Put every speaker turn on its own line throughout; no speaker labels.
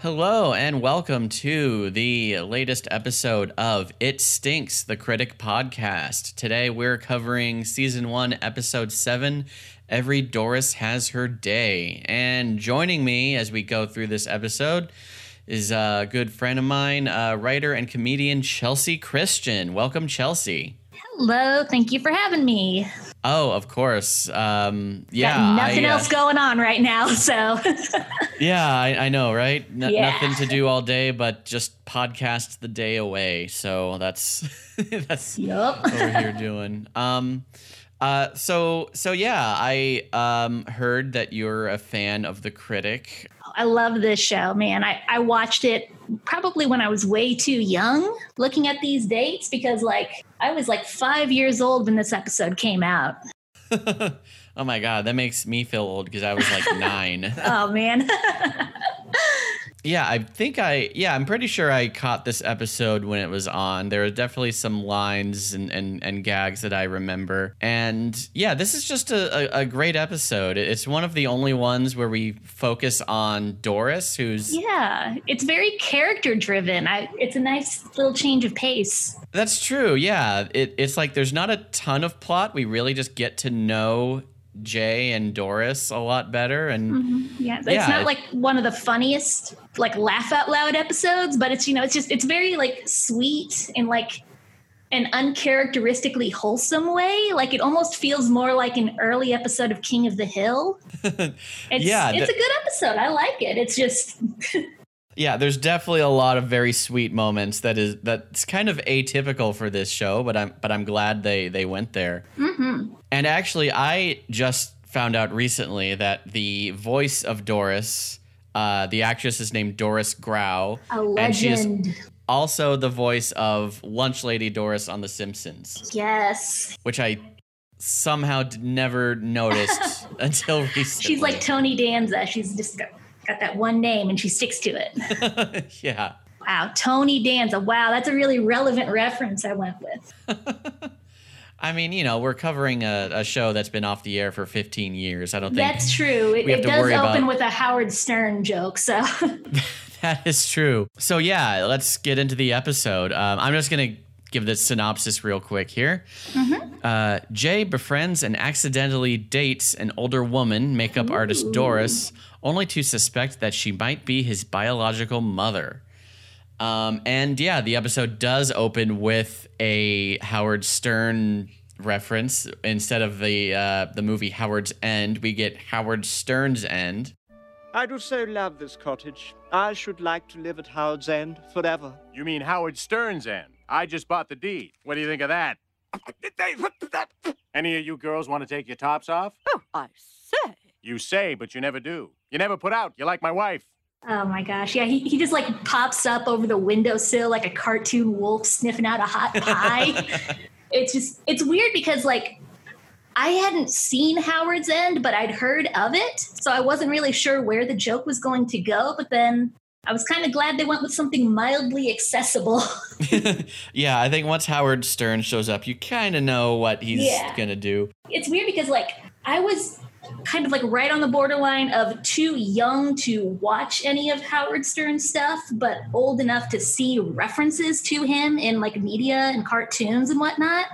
Hello and welcome to the latest episode of It Stinks, the Critic Podcast. Today we're covering season one, episode seven Every Doris Has Her Day. And joining me as we go through this episode is a good friend of mine, uh, writer and comedian Chelsea Christian. Welcome, Chelsea.
Hello, thank you for having me.
Oh, of course. Um, yeah,
Got nothing
I, uh,
else going on right now, so
Yeah, I, I know, right? N-
Yeah.
Nothing to do all day, but just podcast the day away. So that's that's
yep.
what we're here doing. Um, uh, so so yeah, I um heard that you're a fan of the critic.
I love this show, man. I, I watched it probably when I was way too young looking at these dates because like I was like five years old when this episode came out.
oh my god, that makes me feel old because I was like nine.
Oh man.
Yeah, I think I yeah, I'm pretty sure I caught this episode when it was on. There are definitely some lines and and, and gags that I remember. And yeah, this is just a, a, a great episode. It's one of the only ones where we focus on Doris, who's
yeah. It's very character driven. I it's a nice little change of pace.
That's true. Yeah, it, it's like there's not a ton of plot. We really just get to know Jay and Doris a lot better and
Mm-hmm. Yeah. It's
Yeah,
not
it-
like one of the funniest like laugh out loud episodes, but it's you know, it's just it's very like sweet and like an uncharacteristically wholesome way. Like it almost feels more like an early episode of King of the Hill. It's
Yeah,
it's
the-
a good episode. I like it. It's just
Yeah, there's definitely a lot of very sweet moments that is that's kind of atypical for this show, but I'm but I'm glad they they went there.
mhm.
And actually, I just found out recently that the voice of Doris, uh, the actress is named Doris Grau,
a
And she is-
legend.
also the voice of Lunch Lady Doris on The Simpsons,
yes.
which I somehow d- never noticed until recently.
She's like Tony Danza. She's just got, got that one name and she sticks to it.
yeah.
Wow, Tony Danza. Wow, that's a really relevant reference I went with.
I mean, you know, we're covering a, a show that's been off the air for 15 years. I don't think
That's true. It,
we have
it
to
does
worry about-
open with a Howard Stern joke. So,
That is true. So yeah, let's get into the episode. Um, I'm just gonna give the synopsis real quick here. Uh, Jay befriends and accidentally dates an older woman, makeup artist Doris, only to suspect that she might be his biological mother. Um, and yeah, the episode does open with a Howard Stern reference instead of the uh, the movie Howard's End. We get Howard Stern's End.
I do so love this cottage. I should like to live at Howard's End forever.
You mean Howard Stern's end? I just bought the deed. What do you think of that? Any of you girls want to take your tops off?
Oh, I say.
You say, but you never do. You never put out. You like my wife.
oh my gosh, yeah, he, he just like pops up over the windowsill like a cartoon wolf sniffing out a hot pie. it's just, it's weird because like I hadn't seen Howard's End, but I'd heard of it. So I wasn't really sure where the joke was going to go. But then I was kind of glad they went with something mildly accessible.
yeah, I think once Howard Stern shows up, you kind of know what he's
Yeah.
gonna do.
it's weird because like I was kind of like right on the borderline of too young to watch any of Howard Stern stuff, but old enough to see references to him in like media and cartoons and whatnot.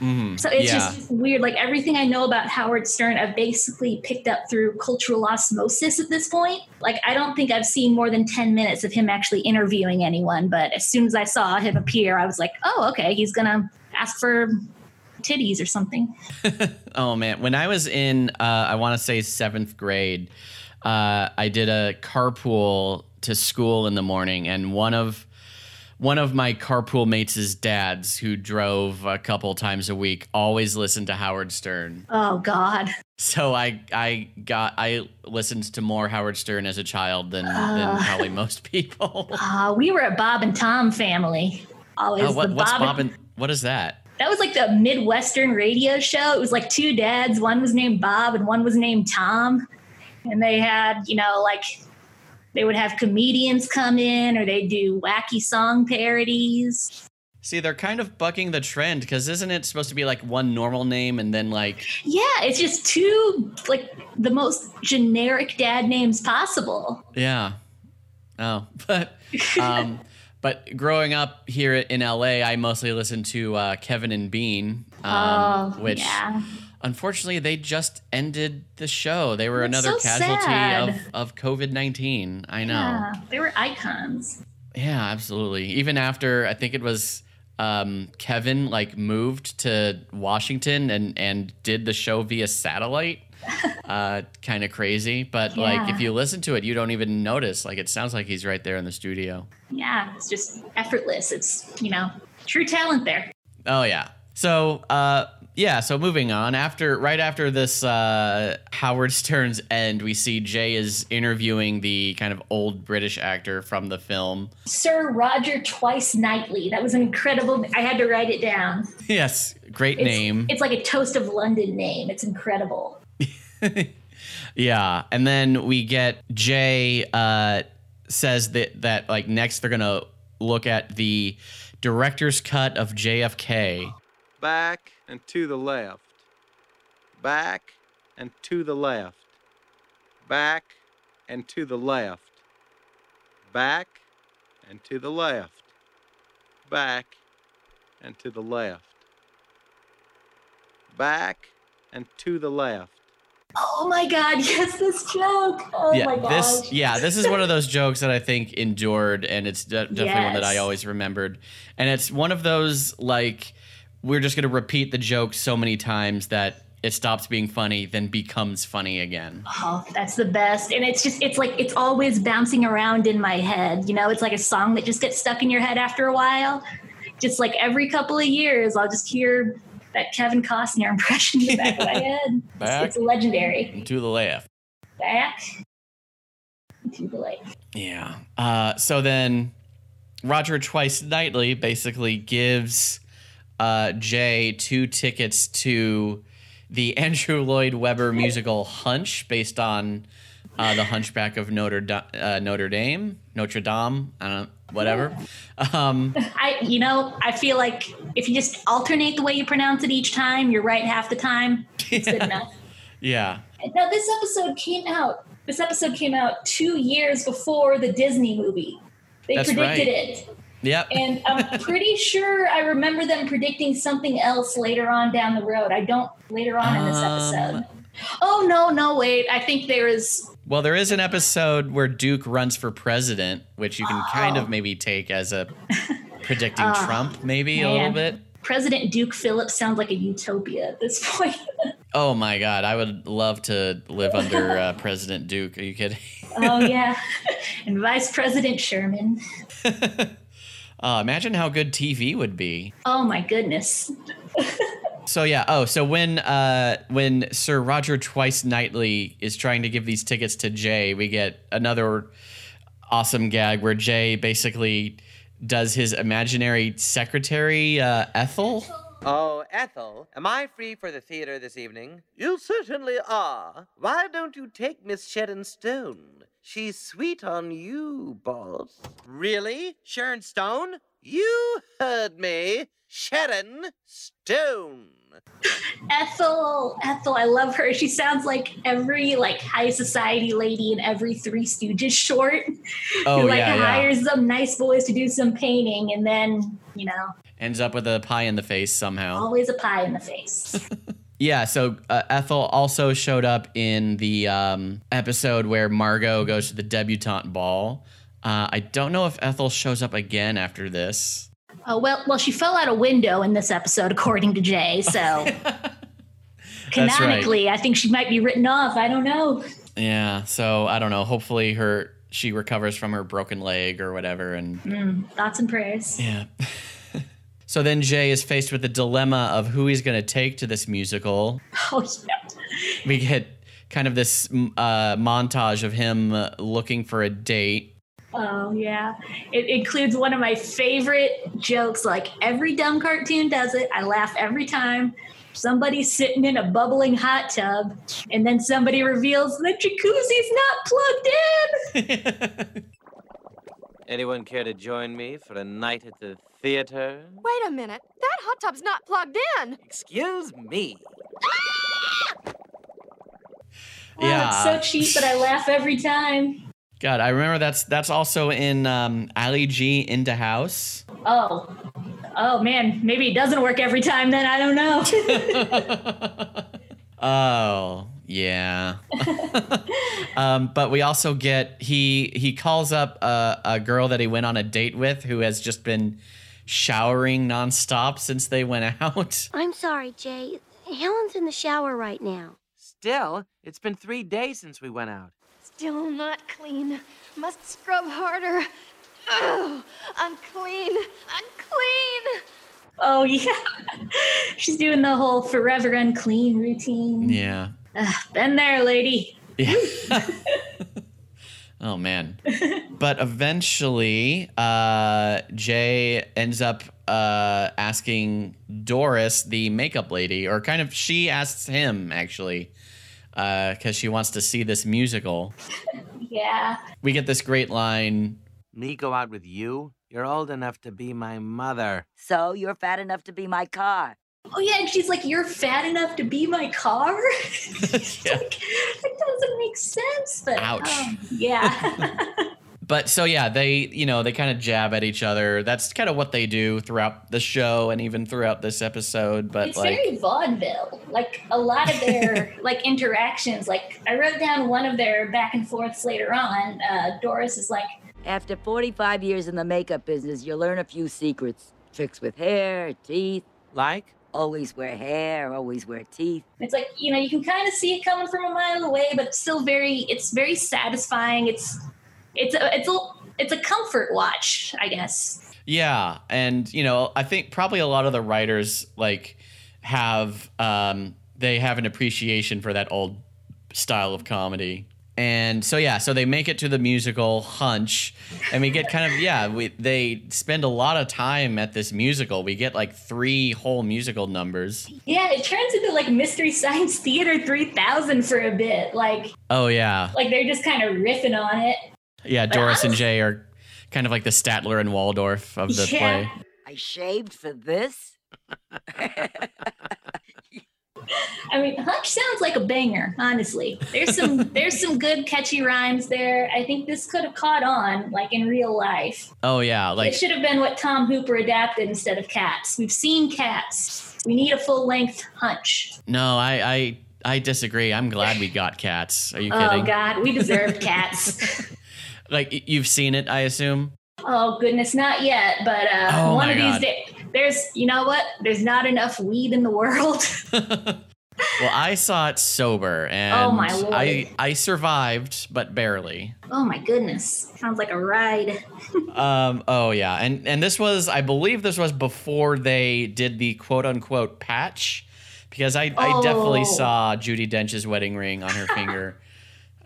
Mhm.
So it's
yeah,
just weird. Like everything I know about Howard Stern, I've basically picked up through cultural osmosis at this point. Like I don't think I've seen more than 10 minutes of him actually interviewing anyone, but as soon as I saw him appear, I was like, oh, okay, he's gonna ask for titties or something.
oh man, when I was in, uh, I want to say seventh grade, uh, I did a carpool to school in the morning, and one of one of my carpool mates' dads, who drove a couple times a week, always listened to Howard Stern.
Oh God.
So I I got I listened to more Howard Stern as a child than than
Ah.
probably most people.
Uh, we were a Bob and Tom family. Always
Uh, what,
the
what's
Bob, and-
bobbing? What is that?
that was like the Midwestern radio show. It was like two dads. One was named Bob and one was named Tom, and they had you know like they would have comedians come in or they would do wacky song parodies.
See, they're kind of bucking the trend because isn't it supposed to be like one normal name and then like
Yeah, it's just two like the most generic dad names possible.
yeah, Oh, but um, but growing up here in LA, I mostly listened to uh, Kevin and Bean, um,
Oh,
which
yeah.
unfortunately they just ended the show. They were
That's
another
so
casualty
sad.
of of COVID nineteen. I know.
Yeah, they were icons.
Yeah, absolutely. Even after I think it was um, Kevin like moved to Washington and and did the show via satellite. uh, kind of crazy, but like
Yeah.
if you listen to it, you don't even notice. Like it sounds like he's right there in the studio.
Yeah, it's just effortless. It's, you know, true talent there.
Oh yeah. So uh yeah, so moving on. After right after this uh Howard Stern's end, we see Jay is interviewing the kind of old British actor from the film.
Sir Roger Twice Nightly. That was an incredible. I had to write it down.
Yes, great
It's,
name.
It's like a toast of London name. It's incredible.
yeah. And then we get Jay uh says that that like next they're going to look at the director's cut of JFK.
Back and to the left. Back and to the left. Back and to the left. Back and to the left. Back and to the left. Back and to the left.
Oh my God. Yes, this joke. Oh
yeah,
my gosh.
this yeah, this is one of those jokes that I think endured, and it's de- definitely one that I
Yes.
always remembered. And it's one of those like we're just gonna repeat the joke so many times that it stops being funny, then becomes funny again.
Oh, that's the best. And it's just, it's like, it's always bouncing around in my head. You know, it's like a song that just gets stuck in your head after a while. Just like every couple of years, I'll just hear that Kevin Costner impression in the back of my head. It's-
Back.
It's, legendary.
To the left.
Back to the lake.
Yeah. Uh, so then Roger twice nightly basically gives uh, Jay two tickets to the Andrew Lloyd Webber musical Hunch, based on uh, the Hunchback of Notre Da- uh, Notre Dame, Notre Dame, I don't know, whatever. Um,
I, you know, I feel like if you just alternate the way you pronounce it each time, you're right half the time. It's good enough.
yeah.
Now, this episode came out. This episode came out two years before the Disney movie. They
That's right.
predicted it,
Yep.
and I'm pretty sure I remember them predicting something else later on down the road. I don't later on in this
Um,
episode. Oh no, no, wait! I think there is.
Well, there is an episode where Duke runs for president, which you can kind of maybe take as a predicting Trump, maybe a little
man.
bit.
President Duke Phillips sounds like a utopia at this point.
Oh my God, I would love to live under uh, President Duke. Are you kidding?
oh yeah, and Vice President Sherman.
Uh, imagine how good TV would be.
Oh my goodness.
So yeah. Oh, so when uh, when Sir Roger Twice Nightly is trying to give these tickets to Jay, we get another awesome gag where Jay basically does his imaginary secretary uh, Ethel.
Oh, Ethel, am I free for the theater this evening?
You certainly are. Why don't you take Miss Sharon Stone? She's sweet on you, boss.
Really? Sharon Stone?
You heard me. Sharon Stone.
Ethel, Ethel, I love her. She sounds like every like high society lady in every Three Stooges short.
Oh
who like
yeah, yeah.
hires some nice boys to do some painting and then, you know,
Ends up with a pie in the face somehow.
always a pie in the face.
Yeah, so uh, Ethel also showed up in the um, episode where Margot goes to the debutante ball. Uh, I don't know if Ethel shows up again after this.
oh well well she fell out a window in this episode according to Jay, so
right.
canonically I think she might be written off. I don't know.
Yeah, so I don't know. Hopefully, her she recovers from her broken leg or whatever, and
Thoughts and prayers.
yeah. so then Jay is faced with the dilemma of who he's going to take to this musical.
Oh yeah.
We get kind of this mm, uh, montage of him uh, looking for a date.
Oh yeah. It includes one of my favorite jokes. Like every dumb cartoon does it. I laugh every time. Somebody's sitting in a bubbling hot tub, and then somebody reveals the jacuzzi's not plugged in.
Anyone care to join me for a night at the theater?
Wait a minute. That hot tub's not plugged in.
Excuse me.
Oh, Wow, it's so cheap, but I laugh every time.
God, I remember that's that's also in um, Ali G into house.
Oh, oh man, maybe it doesn't work every time. Then I don't know.
Oh yeah. um, but we also get he he calls up a, a girl that he went on a date with who has just been showering nonstop since they went out.
I'm sorry, Jay. Helen's in the shower right now.
Still, it's been three days since we went out.
Still not clean. Must scrub harder. Ugh, unclean, unclean.
oh yeah, she's doing the whole forever unclean routine.
Yeah.
Been there, lady.
Yeah. oh man. But eventually, uh, Jay ends up uh, asking Doris, the makeup lady, or kind of she asks him actually, because she wants to see this musical.
Yeah.
We get this great line.
Me go out with you? You're old enough to be my mother.
So you're fat enough to be my car.
Oh yeah, and she's like, "You're fat enough to be my car."
Yeah.
that doesn't make sense. But
Ouch.
um, yeah.
But so yeah, they you know they kind of jab at each other. That's kind of what they do throughout the show and even throughout this episode. But
it's
like,
very vaudeville. Like a lot of their like interactions. Like I wrote down one of their back and forths later on. Uh, Doris is like,
After 45 years in the makeup business, you learn a few secrets tricks with hair, teeth.
Like?
Always wear hair, always wear teeth.
It's like, you know, you can kind of see it coming from a mile away, but still very it's very satisfying. It's it's a it's a it's a comfort watch, I guess.
Yeah, and you know, I think probably a lot of the writers like have um, they have an appreciation for that old style of comedy. And so yeah, so they make it to the musical Hunch, and we get kind of yeah, we they spend a lot of time at this musical. We get like three whole musical numbers.
Yeah, it turns into like Mystery Science Theater 3000 for a bit. Like
Oh yeah,
like they're just kind of riffing on it.
yeah. Doris and Jay are kind of like the Statler and Waldorf of the
Yeah.
play.
I shaved for this?
I mean, Hunch sounds like a banger, honestly. There's some there's some good catchy rhymes there. I think this could have caught on like in real life.
Oh yeah, like
it should have been what Tom Hooper adapted instead of Cats. We've seen Cats. We need a full length hunch.
no, I I I disagree. I'm glad we got cats. Are you
Oh
kidding?
God, we deserve Cats.
Like y- you've seen it, I assume.
Oh goodness, not yet. But uh,
Oh,
one
my
of
God.
these days, there's you know what? There's not enough weed in the world.
Well, I saw it sober, and
Oh, my lord.
I I survived, but barely.
oh my goodness, sounds like a ride.
Um, oh yeah, and and this was, I believe, this was before they did the quote unquote patch, because I I definitely
Oh.
saw Judy Dench's wedding ring on her finger,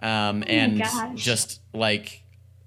um, and
Oh gosh.
just like.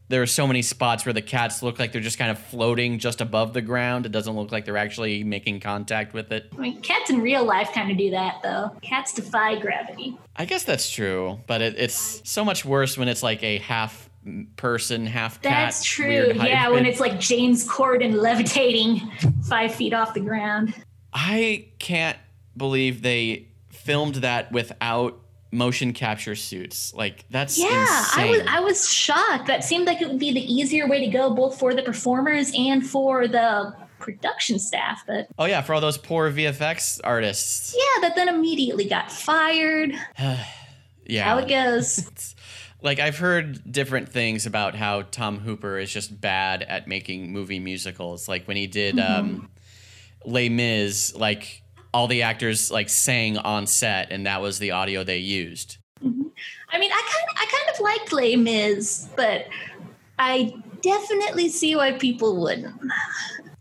There are so many spots where the cats look like they're just kind of floating just above the ground. It doesn't look like they're actually making contact with it.
I mean, cats in real life kind of do that though. Cats defy gravity.
I guess that's true, but it, it's so much worse when it's like a half m- person, half cat.
That's true.
weird
Yeah, when
hybrid.
it's like James Corden levitating five feet off the ground.
I can't believe they filmed that without motion capture suits. Like that's
Yeah, I
insane.
was I was shocked. That seemed like it would be the easier way to go, both for the performers and for the production staff. But
oh yeah, for all those poor VFX artists.
yeah, that then immediately got fired.
Yeah.
How it goes.
like I've heard different things about how Tom Hooper is just bad at making movie musicals. Like when he did
Mm-hmm.
um, Les Mis, like all the actors like sang on set, and that was the audio they used.
I mean, I kind of I kind of liked Les Mis, but I definitely see why people wouldn't.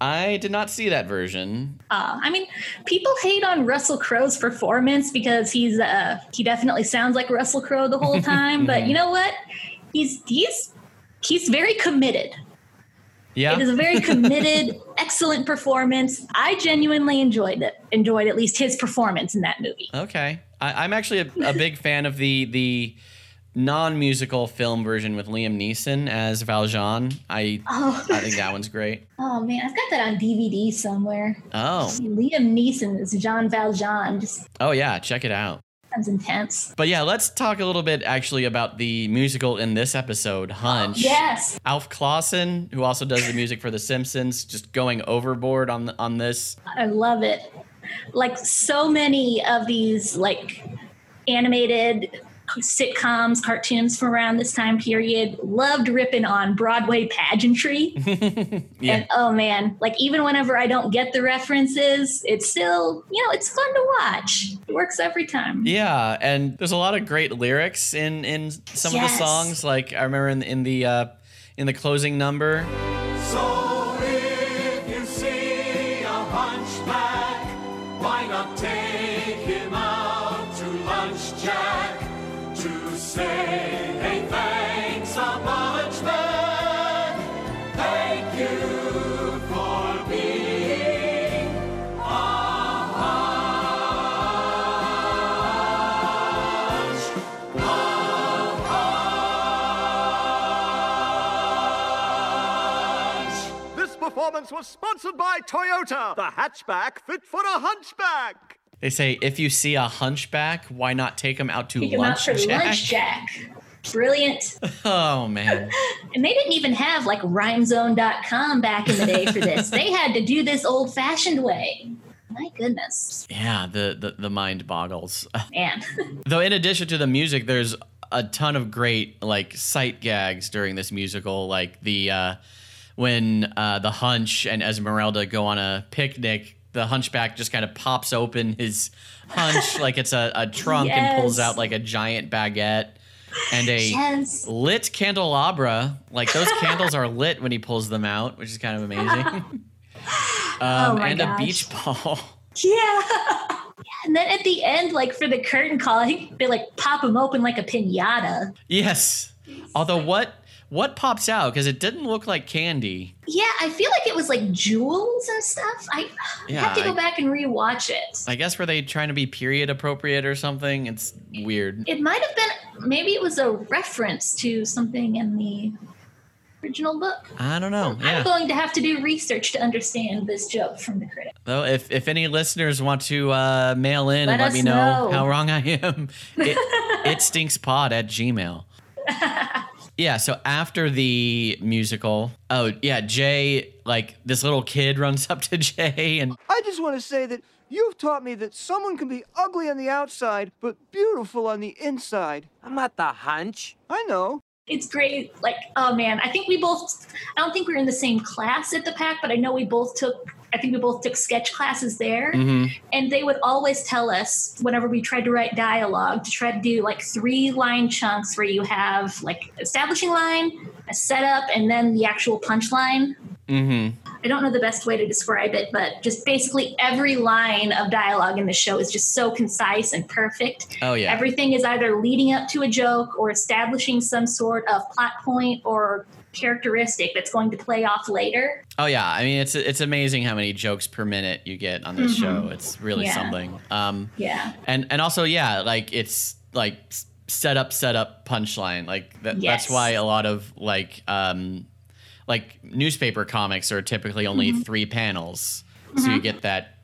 I did not see that version.
Uh, I mean, people hate on Russell Crowe's performance because he's uh, he definitely sounds like Russell Crowe the whole time. but you know what? He's he's he's very committed. It is
Yeah,
a very committed, excellent performance. I genuinely enjoyed it. Enjoyed at least his performance in that movie.
okay. I, I'm actually a, a big fan of the the non-musical film version with Liam Neeson as Valjean. I
Oh,
I think that one's great.
oh man, I've got that on DVD somewhere.
Oh,
Liam Neeson is Jean Valjean. Just
oh yeah, check it out.
sounds intense.
But yeah, let's talk a little bit actually about the musical in this episode, Hunch.
Yes.
Alf Clausen, who also does the music for The Simpsons, just going overboard on on this.
I love it. Like so many of these like animated sitcoms, cartoons from around this time period loved ripping on Broadway pageantry.
Yeah.
And oh man, like even whenever I don't get the references, it's still, you know, it's fun to watch. It works every time.
Yeah, and there's a lot of great lyrics in in some of the
Yes.
songs. Like I remember in in the uh, in the closing number.
So if you see a hunchback, why not take him out to lunch, Jack? To say, hey, thanks a bunch, man. Thank you for being a hunch.
This performance was sponsored by Toyota, the hatchback fit for a hunchback.
They say if you see a hunchback, why not take him out to
Take 'em
lunch,
out for
Jack?
lunch, Jack. Brilliant.
Oh man,
And they didn't even have like rhymezone.com back in the day for this. they had to do this old fashioned way. My goodness,
yeah, the the, the mind boggles.
man.
Though, in addition to the music, there's a ton of great like sight gags during this musical, like the uh, when uh, the Hunch and Esmeralda go on a picnic. The Hunchback just kind of pops open his hunch like it's a, a trunk and pulls
Yes.
out like a giant baguette and a
Yes.
lit candelabra. Like those candles are lit when he pulls them out, which is kind of amazing. um,
Oh my
and
gosh.
a beach ball.
Yeah. Yeah, And then at the end, like for the curtain call, I think they like pop them open like a pinata.
Yes. Although what what pops out because it didn't look like candy.
Yeah, I feel like it was like jewels and stuff. I I
Yeah,
have to go
I-
back and rewatch it.
I guess were they trying to be period appropriate or something? It's weird.
it might have been maybe it was a reference to something in the original book.
I don't know.
I'm
Yeah.
going to have to do research to understand this joke from the critic.
Though if if any listeners want to uh, mail in
Let
and let
us
me know,
know.
how wrong I am, it, it stinks pod at Gmail. Yeah, so after the musical, oh yeah, Jay, like this little kid runs up to Jay and
I just want to say that you've taught me that someone can be ugly on the outside, but beautiful on the inside.
I'm not the hunch.
I know.
It's great. Like, oh man, I think we both I don't think we were in the same class at the pack, but I know we both took I think we both took sketch classes there. And they would always tell us whenever we tried to write dialogue to try to do like three line chunks where you have like establishing line, a setup, and then the actual punchline.
mm-hmm.
I don't know the best way to describe it, but just basically every line of dialogue in the show is just so concise and perfect.
Oh yeah.
Everything is either leading up to a joke or establishing some sort of plot point or characteristic that's going to play off later.
Oh yeah, I mean it's it's amazing how many jokes per minute you get on this
Mhm.
show. It's really
Yeah.
something. Um,
Yeah.
and and also yeah, like it's like s- set up, set up, punchline. Like that,
Yes.
that's why a lot of like um, like newspaper comics are typically only
Mm-hmm.
three panels, so you get that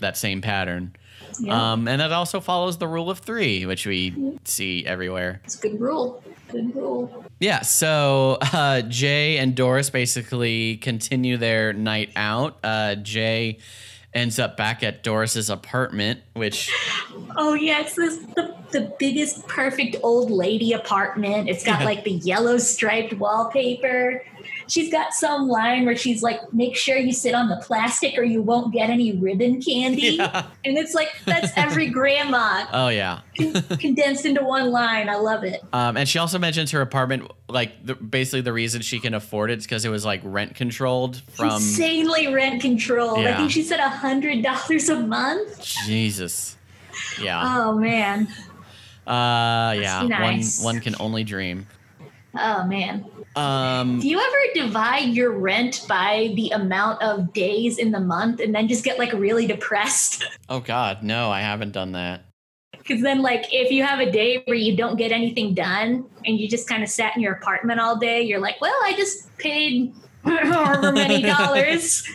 that same pattern.
Yeah.
Um, and that also follows the rule of three, which we see everywhere.
it's a good rule. Good rule.
Yeah, so uh, Jay and Doris basically continue their night out. Uh, Jay ends up back at Doris's apartment, which
Oh yeah, it's this the, the biggest perfect old lady apartment. It's got like the yellow striped wallpaper. She's got some line where she's like, make sure you sit on the plastic or you won't get any ribbon candy.
Yeah.
And it's like that's every grandma
oh yeah,
con- condensed into one line. I love it.
um, and she also mentions her apartment. Like the, basically, the reason she can afford it is because it was like rent controlled from
Insanely rent controlled. I
Yeah.
think she said a hundred dollars a month.
Jesus. Yeah,
Oh man.
uh, yeah.
nice.
One one can only dream.
Oh man.
Um,
Do you ever divide your rent by the amount of days in the month and then just get like really depressed?
oh God, no, I haven't done that.
Because then, like, if you have a day where you don't get anything done and you just kind of sat in your apartment all day, you're like, well, I just paid however many dollars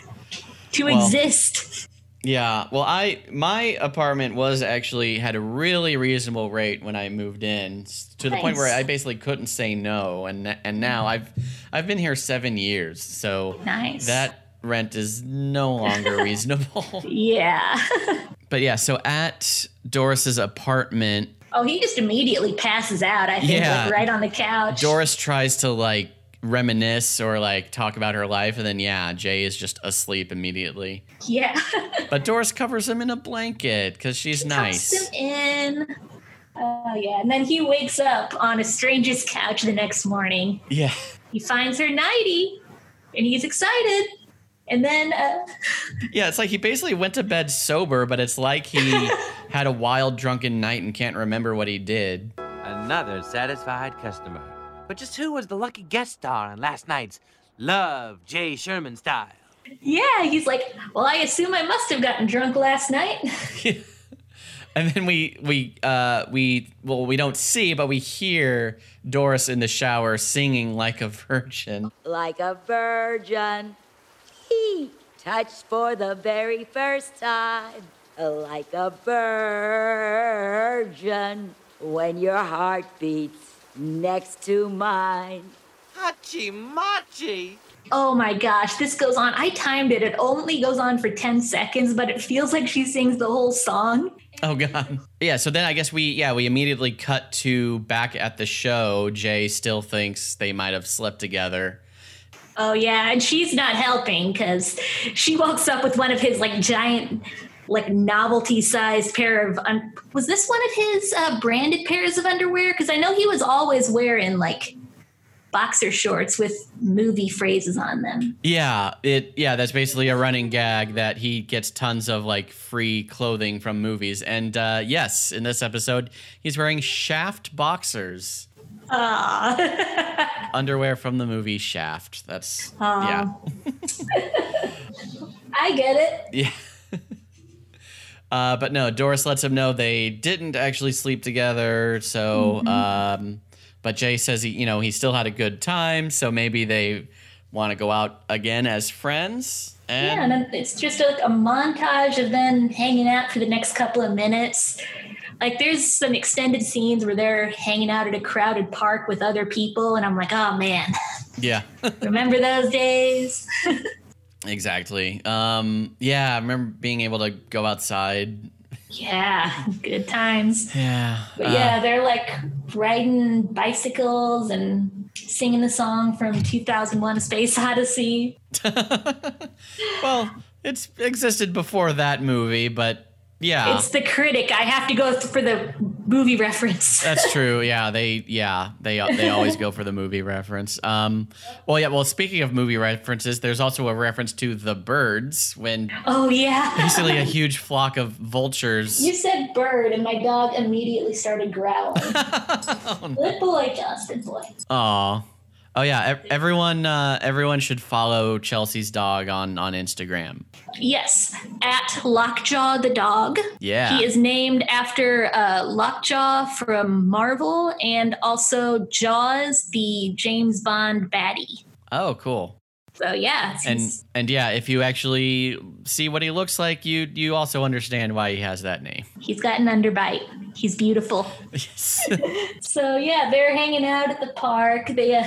to
Well-
exist.
Yeah. Well, I my apartment was actually had a really reasonable rate when I moved in s- to the point where
Nice. Mm-hmm.
I basically couldn't say no and and now I've I've been here 7 years. So
Nice.
that rent is no longer reasonable.
Yeah.
But yeah, so at Doris's apartment,
Oh, he just immediately passes out, I think,
Yeah.
like right on the couch.
Doris tries to like reminisce or like talk about her life and then yeah, Jay is just asleep immediately.
yeah.
But Doris covers him in a blanket cuz she's nice.
Tucks him in. Oh, yeah. And then he wakes up on a stranger's couch the next morning.
Yeah.
He finds her nighty and he's excited. And then, uh,
Yeah, it's like he basically went to bed sober, but it's like he had a wild drunken night and can't remember what he did.
Another satisfied customer. But just who was the lucky guest star on last night's Love Jay Sherman style?
yeah, he's like, Well, I assume I must have gotten drunk last night.
And then we we uh we well we don't see, but we hear Doris in the shower singing like a virgin.
Like a virgin, he touched for the very first time. Like a virgin, when your heart beats next to mine.
Hachi machi.
Oh my gosh, this goes on. I timed it. It only goes on for 10 seconds, but it feels like she sings the whole song.
Oh god. Yeah, so then I guess we yeah, we immediately cut to back at the show. Jay still thinks they might have slept together.
Oh yeah, and she's not helping because she walks up with one of his like giant, like novelty-sized pair of. Un- was this one of his uh, branded pairs of underwear? Because I know he was always wearing like boxer shorts with movie phrases on them.
Yeah, it yeah, that's basically a running gag that he gets tons of like free clothing from movies. And uh yes, in this episode, he's wearing Shaft boxers. Underwear from the movie Shaft. That's yeah.
Aw. I get it.
Yeah. uh, but no, Doris lets him know they didn't actually sleep together. So,
Mhm.
um, but Jay says he, you know, he still had a good time. So maybe they want to go out again as friends.
Yeah,
And
and then it's just like a montage of them hanging out for the next couple of minutes. Like there's some extended scenes where they're hanging out at a crowded park with other people, and I'm like, oh man,
yeah,
remember those days?
exactly. Um, yeah, I remember being able to go outside.
Yeah, good times.
Yeah.
But
uh,
yeah, they're like riding bicycles and singing the song from 2001 A Space Odyssey.
Uh, well, it's existed before that movie, but yeah.
It's the critic. I have to go th- for the movie reference.
That's true. Yeah, they yeah they they always go for the movie reference. Um, well, yeah. Well, speaking of movie references, there's also a reference to the birds when
Oh, yeah.
basically a huge flock of vultures.
You said bird, and my dog immediately started growling. Good boy, Justin boy.
Aw. Oh yeah, ev- everyone uh, everyone should follow Chelsea's dog on on Instagram.
Yes, at Lockjaw the dog.
Yeah.
He is named after uh, Lockjaw from Marvel and also Jaws, the James Bond baddie.
Oh, cool.
So, yeah. it's-
And and yeah, if you actually see what he looks like, you you also understand why he has that name.
He's got an underbite. He's beautiful.
Yes.
so yeah, they're hanging out at the park. They uh,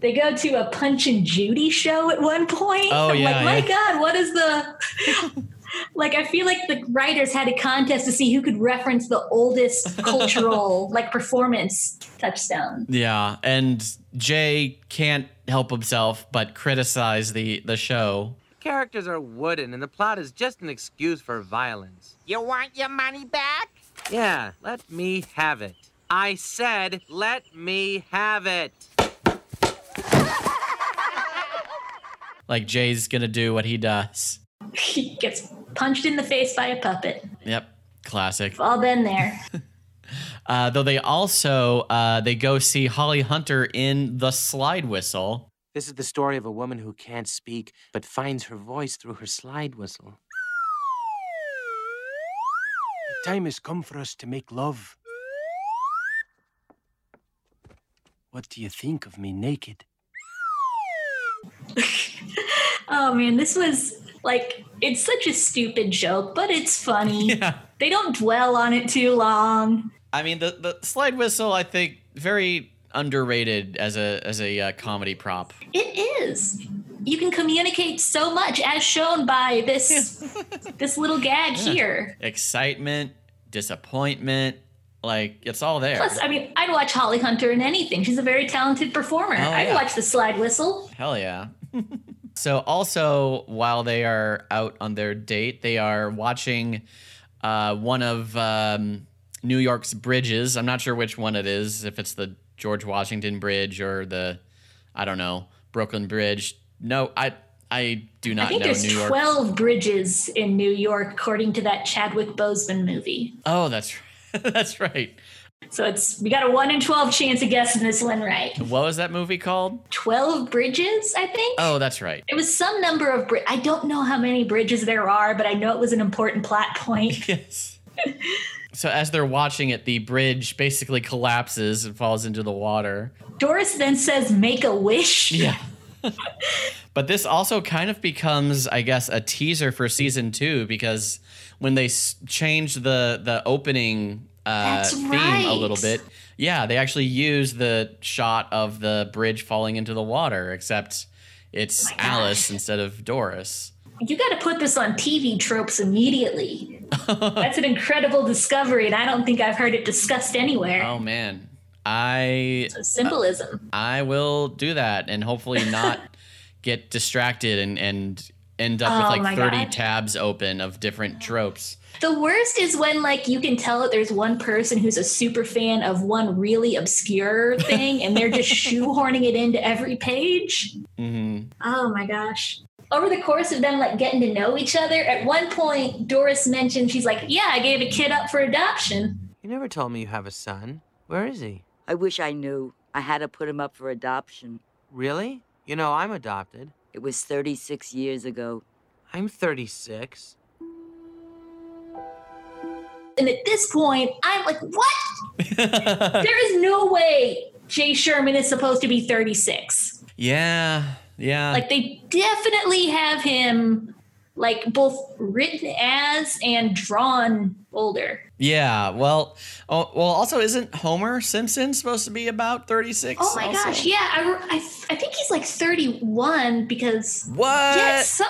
they go to a Punch and Judy show at one point.
Oh,
I'm
yeah,
like, my
yeah.
God, what is the like? I feel like the writers had a contest to see who could reference the oldest cultural like performance touchstone.
Yeah, and Jay can't help himself but criticize the the show.
Characters are wooden, and the plot is just an excuse for violence.
You want your money back?
Yeah, let me have it. I said, let me have it.
Like Jay's gonna do what he does.
he gets punched in the face by a puppet.
Yep, classic.
All been there.
Uh, though they also uh, they go see Holly Hunter in the slide whistle.
This is the story of a woman who can't speak but finds her voice through her slide whistle.
The time has come for us to make love. What do you think of me naked?
Oh man, this was like It's such a stupid joke, but it's funny. They don't dwell on it too long.
I mean, the the slide whistle, I think, very underrated as a as a uh, comedy prop.
It is. You can communicate so much as shown by this this little gag
Yeah.
here.
Excitement, disappointment, like it's all there.
Plus, I mean, I'd watch Holly Hunter in anything. She's a very talented performer.
Oh,
I'd
yeah.
watch the slide whistle.
Hell yeah. so also while they are out on their date, they are watching uh, one of um, New York's bridges. I'm not sure which one it is, if it's the George Washington Bridge or the I don't know, Brooklyn Bridge. No, I I do not
I think
know
there's
New York.
12 bridges in New York, according to that Chadwick Boseman movie.
Oh, that's that's right.
So it's we got a one in 12 chance of guessing this one right.
What was that movie called?
12 bridges, I think.
Oh, that's right.
It was some number of bri- I don't know how many bridges there are, but I know it was an important plot point.
yes. So as they're watching it, the bridge basically collapses and falls into the water.
Doris then says, "Make a wish."
Yeah. But this also kind of becomes, I guess, a teaser for season two because when they s- changed the the opening uh,
That's
theme a
right.
little bit, yeah, they actually use the shot of the bridge falling into the water, except
Oh
it's Alice instead of Doris.
You got to put this on TV tropes immediately. That's an incredible discovery, and I don't think I've heard it discussed anywhere.
Oh man, I
symbolism.
I will do that and hopefully not get distracted and and end up
Oh,
with
my
like 30
God.
tabs open of different tropes.
The worst is when like you can tell that there's one person who's a super fan of one really obscure thing, and they're just shoehorning it into every page.
hmm
Oh my gosh. Over the course of them like getting to know each other, at one point Doris mentioned she's like, "Yeah, I gave a kid up for adoption."
You never told me you have a son. Where is he?
I wish I knew. I had to put him up for adoption.
Really? You know, I'm adopted.
It was 36 years ago.
I'm 36.
And at this point, I'm like, "What? there is no way Jay Sherman is supposed to be 36."
Yeah, yeah.
Like they definitely have him like both written as and drawn older.
Yeah, well, oh, well. Also, isn't Homer Simpson supposed to be about thirty six?
Oh my gosh, yeah, I, re- I, f- I think he's like 31 because
What?
Yeah, so,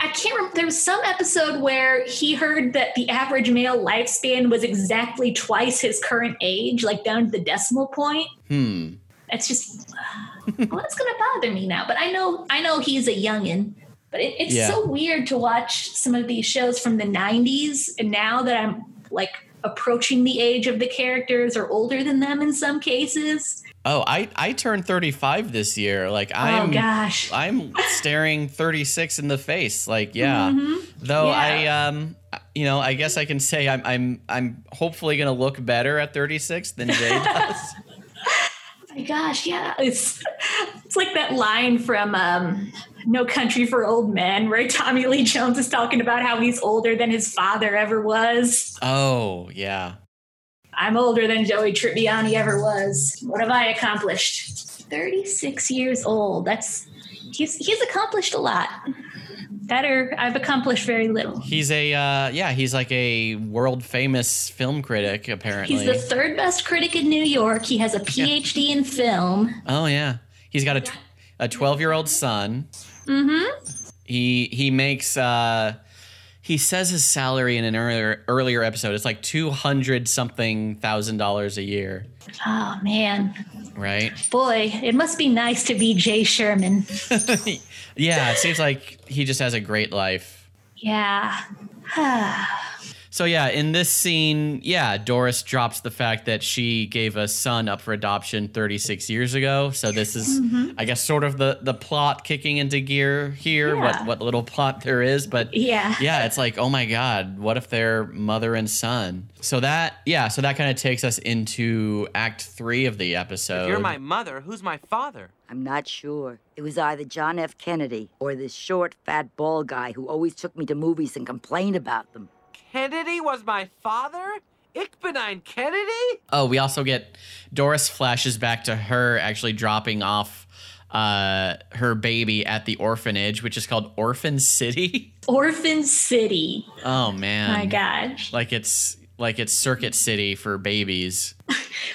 I can't remember. There was some episode where he heard that the average male lifespan was exactly twice his current age, like down to the decimal point.
Hmm.
It's just well, it's gonna bother me now. But I know I know he's a youngin. But it, it's
Yeah.
so weird to watch some of these shows from the '90s, and now that I'm like approaching the age of the characters or older than them in some cases.
Oh, I I turned thirty five this year. Like
Oh,
I'm.
gosh.
I'm staring thirty six in the face. Like yeah.
Mm-hmm.
Mhm.
Though
Yeah.
I um. You know, I guess I can say I'm I'm I'm hopefully gonna look better at 36 than Jay does.
Oh my gosh, yeah, it's it's like that line from um, No Country for Old Men where Tommy Lee Jones is talking about how he's older than his father ever was.
oh yeah,
I'm older than Joey Tribbiani ever was. What have I accomplished? 36 years old. That's he's he's accomplished a lot. Better, I've accomplished very little.
he's a uh, yeah he's like a world famous film critic apparently.
He's the third best critic in New York. He has a PhD in film.
oh yeah, he's got a tw- a twelve year old son.
Mm-hmm.
He he makes uh he says his salary in an earlier earlier episode. It's like two hundred something thousand dollars a year,
Oh man.
right?
Boy, it must be nice to be Jay Sherman.
Yeah, it seems like he just has a great life.
Yeah.
So yeah, in this scene, yeah, Doris drops the fact that she gave a son up for adoption 36 years ago. So this is,
Mhm.
I guess, sort of the the plot kicking into gear here.
Yeah.
What what little plot there is, but
Yeah.
yeah, it's like, oh my God, what if they're mother and son? So that, yeah, so that kind of takes us into Act Three of the episode.
If you're my mother, who's my father?
I'm not sure. It was either John F. Kennedy or this short, fat, bald guy who always took me to movies and complained about them.
Kennedy was my father? Ichbenine Kennedy?
Oh, we also get Doris flashes back to her actually dropping off uh, her baby at the orphanage, which is called Orphan City.
Orphan City.
Oh man.
My gosh.
Like it's like it's Circuit City for babies.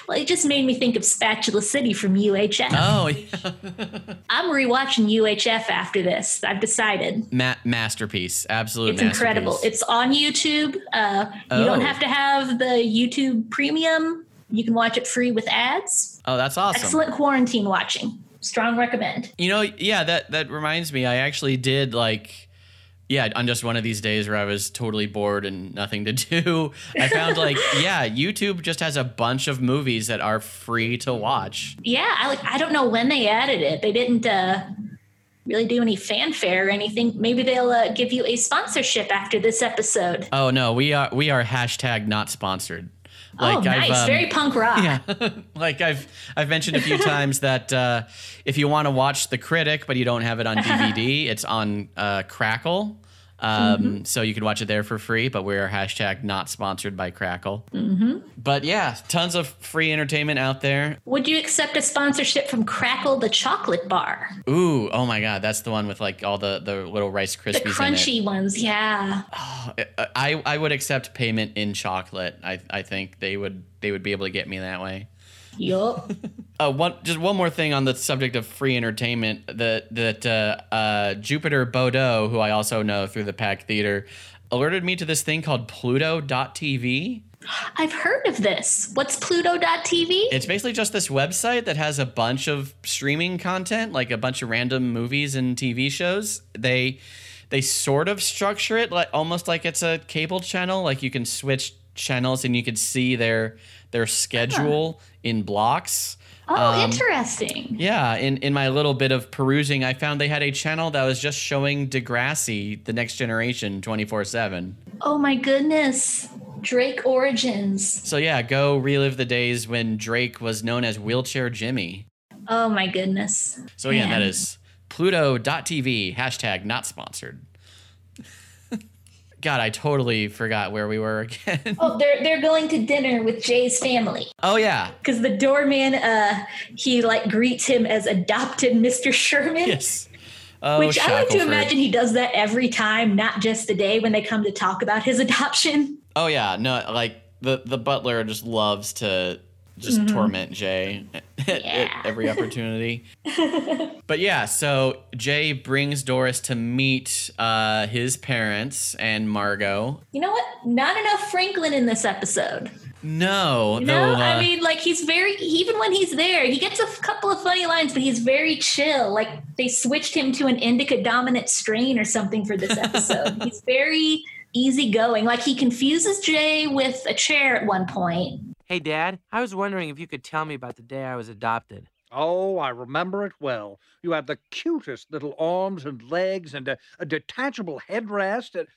Well, it just made me think of Spatula City from UHF.
Oh, yeah.
I'm rewatching UHF after this. I've decided.
Ma- masterpiece. Absolute
It's incredible.
masterpiece.
It's on YouTube. Uh, you don't
Oh.
have to have the YouTube premium. You can watch it free with ads.
Oh, that's awesome.
Excellent quarantine watching. Strong recommend.
You know, yeah, that that reminds me. I actually did like yeah, on just one of these days where I was totally bored and nothing to do, I found like yeah, YouTube just has a bunch of movies that are free to watch.
Yeah, I like I don't know when they added it. They didn't uh, really do any fanfare or anything. Maybe they'll uh, give you a sponsorship after this episode.
Oh no, we are we are hashtag not sponsored.
oh, nice.
um,
Very punk rock.
Yeah, like I've I've mentioned a few times that uh, if you want to watch The Critic but you don't have it on DVD, it's on uh, Crackle.
Mm-hmm.
Um, So you can watch it there for free, but we're hashtag not sponsored by Crackle.
hmm
But yeah, tons of free entertainment out there.
Would you accept a sponsorship from Crackle the Chocolate Bar?
Ooh, oh my God, that's the one with like all the the little Rice Krispies.
The crunchy ones, yeah.
In it. uh, I I would accept payment in chocolate. I I think they would they would be able to get me that way.
Yup.
Uh, one just one more thing on the subject of free entertainment that that uh, uh, Jupiter Bodo, who I also know through the Pack Theater, alerted me to this thing called Pluto.tv.
I've heard of this. What's Pluto.tv?
It's basically just this website that has a bunch of streaming content, like a bunch of random movies and TV shows. They they sort of structure it like almost like it's a cable channel, like you can switch channels and you can see their their schedule in blocks.
Oh,
Um,
interesting.
Yeah, in, in my little bit of perusing, I found they had a channel that was just showing Degrassi, The Next Generation, 24 7.
Oh my goodness. Drake Origins.
So, yeah, go relive the days when Drake was known as Wheelchair Jimmy.
Oh my goodness.
So, yeah,
Man.
that is Pluto.tv, hashtag not sponsored. God, I totally forgot where we were again.
Oh, they're they're going to dinner with Jay's family.
oh, yeah.
Because the doorman uh he like greets him as adopted Mr. Sherman.
Yes. Oh,
which I like to
Shackelford.
imagine he does that every time, not just the day when they come to talk about his adoption.
Oh yeah, no, like the the butler just loves to just
Mhm.
torment Jay at, at every opportunity. but yeah, so Jay brings Doris to meet uh, his parents and Margot.
You know what? Not enough Franklin in this episode.
No,
You
though,
know, I
uh,
mean, like he's very even when he's there, he gets a f- couple of funny lines, but he's very chill. Like they switched him to an indica dominant strain or something for this episode. he's very easygoing. Like he confuses Jay with a chair at one point.
Hey, Dad, I was wondering if you could tell me about the day I was adopted.
Oh, I remember it well. You had the cutest little arms and legs and a, a detachable headrest. And...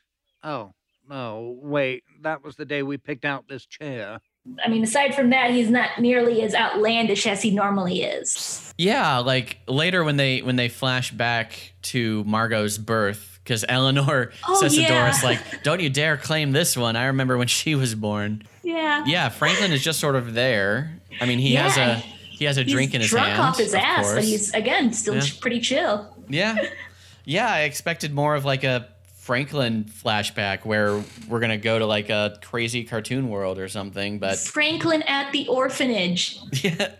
Oh, no, wait. That was the day we picked out this chair.
I mean, aside from that, he's not nearly as outlandish as he normally is.
yeah, like later when they when they flash back to Margot's birth, because Eleanor
Oh,
says
yeah.
to Doris, like, "Don't you dare claim this one." I remember when she was born.
Yeah.
Yeah, Franklin is just sort of there. I mean, he has
Yeah.
a he has a
He's
drink in his
drunk
hand.
off his
of
ass, but
course.
he's again still
Yeah.
ch- pretty chill.
yeah, yeah. I expected more of like a Franklin flashback where we're gonna go to like a crazy cartoon world or something. But
Franklin at the orphanage.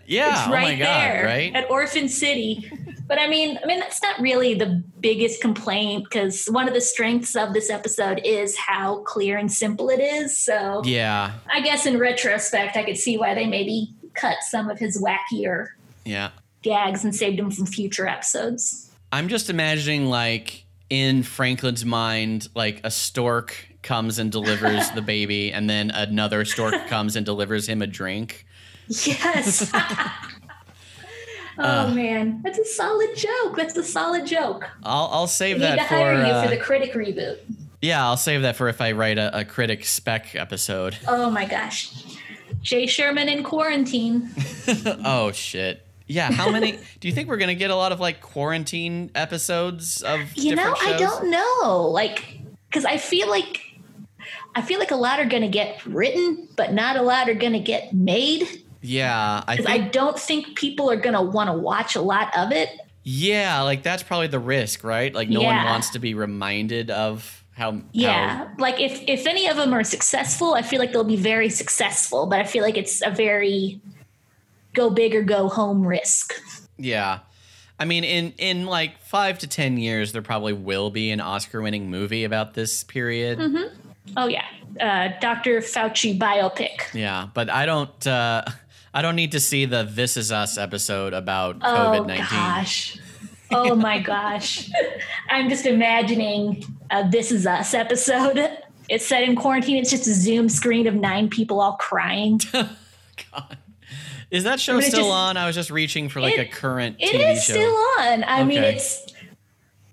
yeah,
it's
oh
right
my god,
there
right?
at Orphan City. But I mean, I mean that's not really the biggest complaint because one of the strengths of this episode is how clear and simple it is. So
Yeah,
I guess in retrospect, I could see why they maybe cut some of his wackier
yeah.
gags and saved him from future episodes.
I'm just imagining like in Franklin's mind, like a stork comes and delivers the baby, and then another stork comes and delivers him a drink.
Yes. oh
Uh.
man, that's a solid joke. That's a solid joke.
I'll I'll
We
save
need
that
to
for
hire you
uh,
for the critic reboot.
Yeah, I'll save that for if I write a, a critic spec episode.
Oh my gosh. Jay Sherman in quarantine.
oh shit. Yeah, how many do you think we're gonna get a lot of like quarantine episodes of
You know,
different
I
shows?
don't know. Like, because I feel like I feel like a lot are going to get written, but not a lot are going to get made.
Yeah, I
'Cause
think
I don't think people are going to want to watch a lot of it.
Yeah, like that's probably the risk, right? Like no one
Yeah.
wants to be reminded of how
Yeah, like if if any of them are successful, I feel like they'll be very successful. But I feel like it's a very go big or go home risk.
Yeah. I mean, in in like five to ten years, there probably will be an Oscar-winning movie about this period.
hmm Oh yeah, uh, Dr. Fauci biopic.
Yeah, but I don't. Uh, I don't need to see the "This Is Us" episode about
Oh
COVID nineteen.
gosh. Oh my gosh. I'm just imagining a This Is Us episode. It's set in quarantine. It's just a Zoom screen of nine people all crying.
Is that show
But it's
still
just-
on? I was just reaching for like
It-
a current
It
TV
is
show.
still on. I mean,
Okay.
it's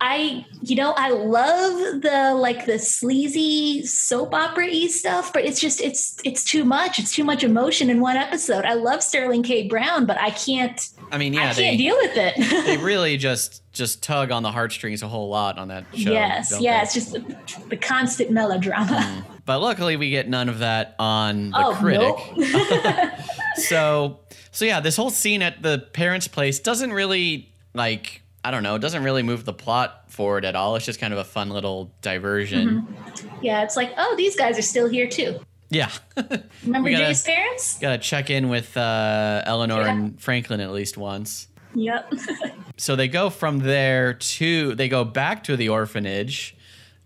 I you know I love the like the sleazy soap opera y stuff, but it's just it's it's too much. It's too much emotion in one episode. I love Sterling K. Brown, but I can't
I mean, yeah,
I
they
can't deal with it.
they really just just tug on the heartstrings a whole lot on that show.
yes,
don't they?
yeah, it's just the, the constant melodrama.
But luckily, we get none of that on the
Oh,
critic. so, so yeah, this whole scene at the parents' place doesn't really like I don't know, it doesn't really move the plot forward at all. It's just kind of a fun little diversion.
Mm-hmm. Yeah, it's like, oh, these guys are still here too.
Yeah,
Remember
We gotta-
Jay's parents?
gotta check in with uh, Eleanor and Franklin at least once.
Yep.
So they go from there to they go back to the orphanage,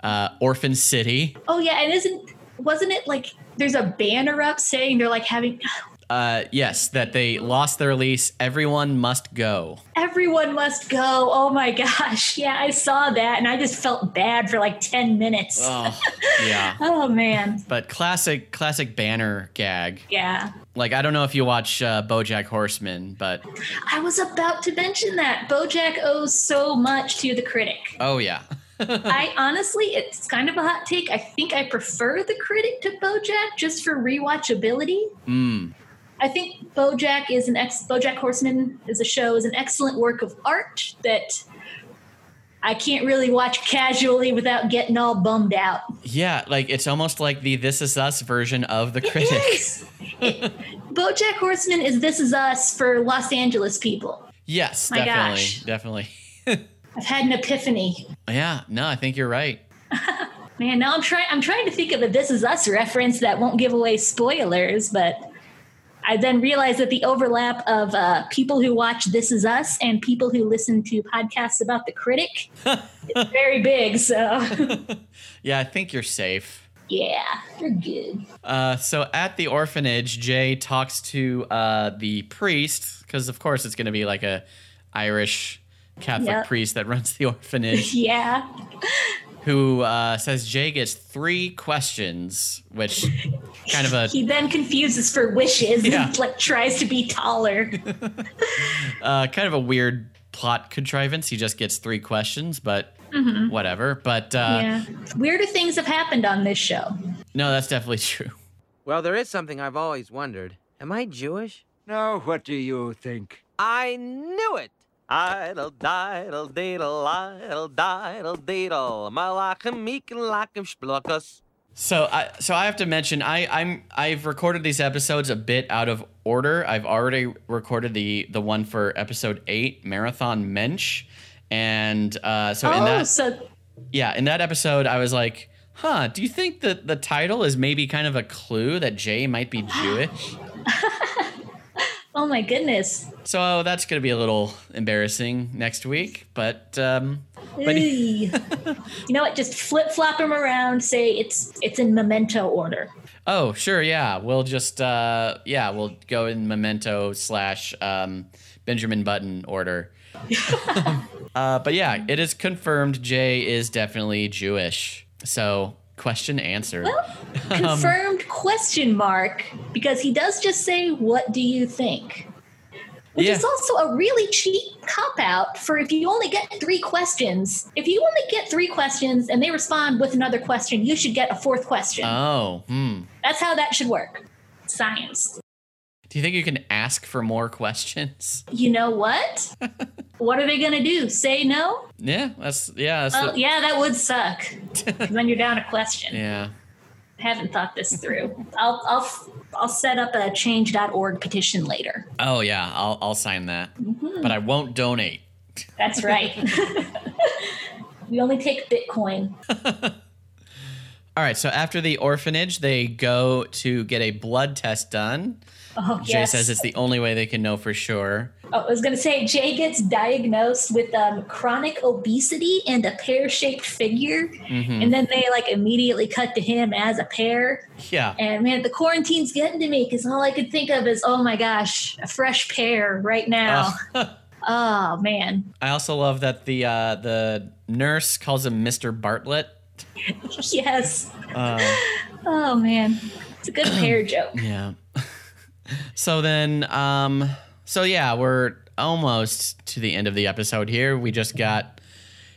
uh, Orphan City.
oh yeah, and isn't wasn't it like there's a banner up saying they're like having
Uh, yes, that they lost their lease. Everyone must go.
everyone must go. Oh my gosh. Yeah, I saw that and I just felt bad for like 10 minutes. Oh,
Oh, yeah.
man.
But classic, classic banner gag.
Yeah.
Like I don't know if you watch uh, BoJack Horseman, but
I was about to mention that Bojack owes so much to the critic.
oh yeah,
I honestly, it's kind of a hot take. I think I prefer the critic to Bojack just for rewatchability.
mm.
I think BoJack is an ex BoJack Horseman is a show is an excellent work of art that I can't really watch casually without getting all bummed out.
yeah. Like it's almost like the This Is Us version of the critic.
Yes. BoJack Horseman is This Is Us for Los Angeles people.
Yes,
My
definitely,
gosh.
definitely.
I've had an epiphany.
Yeah, no, I think you're right.
Man, now I'm trying I'm trying to think of a This Is Us reference that won't give away spoilers, but I then realized that the overlap of uh, people who watch This Is Us and people who listen to podcasts about the critic is very big. So,
Yeah, I think you're safe.
yeah, you're good.
Uh, so at the orphanage, Jay talks to uh, the priest because, of course, it's going to be like a Irish Catholic
Yep.
priest that runs the orphanage.
yeah.
who uh, says Jay gets three questions, which kind of
He
a
then confuses for wishes
Yeah.
and like tries to be taller.
uh, kind of a weird plot contrivance. He just gets three questions, but
Mhm.
whatever. But uh,
yeah. Weirder things have happened on this show.
no, that's definitely true.
Well, there is something I've always wondered. Am I Jewish?
Now, what do you think?
I knew it. Idle, diddle, diddle, idle, diddle, diddle. Malachim, meekin, lachim, spluckus.
So I so I have to mention I I'm I've recorded these episodes a bit out of order. I've already recorded the the one for episode eight, Marathon Mensch, and uh, so in
oh,
that
so
yeah, in that episode, I was like, huh, do you think that the title is maybe kind of a clue that Jay might be Jewish?
oh my goodness.
So that's going to be a little embarrassing next week, but um, but
Eey. you know what? Just flip flop them around. Say it's it's in memento order.
oh, sure, yeah, we'll just uh, yeah, we'll go in memento slash um, Benjamin Button order. uh, but yeah, it is confirmed Jay is definitely Jewish. So question answered. Um,
Confirmed question mark because he does just say, "What do you think?" Which is
Yeah.
also a really cheap cop out for if you only get three questions. If you only get three questions and they respond with another question, you should get a fourth question.
Oh, hmm.
That's how that should work. Science.
Do you think you can ask for more questions?
You know what? what are they going to do? Say no?
Yeah, that's yeah. That's
Oh,
the-
yeah, that would suck. 'Cause then you're down a question.
Yeah.
haven't thought this through. I'll I'll I'll set up a change.org petition later.
Oh yeah, I'll I'll sign that. But I won't donate.
That's right. we only take Bitcoin.
All right, so after the orphanage, they go to get a blood test done.
Oh,
Jay
yes.
says it's the only way they can know for sure.
Oh, I was going to say, Jay gets diagnosed with um, chronic obesity and a pear shaped figure.
Mhm.
And then they like immediately cut to him as a pear.
Yeah.
And man, the quarantine's getting to me because all I could think of is, oh my gosh, a fresh pear right now. oh man.
Uh, I also love that the uh, the nurse calls him Mr. Bartlett.
yes.
Uh,
Oh man. It's a good pear joke.
yeah. so then, um, so yeah, we're almost to the end of the episode here. We just got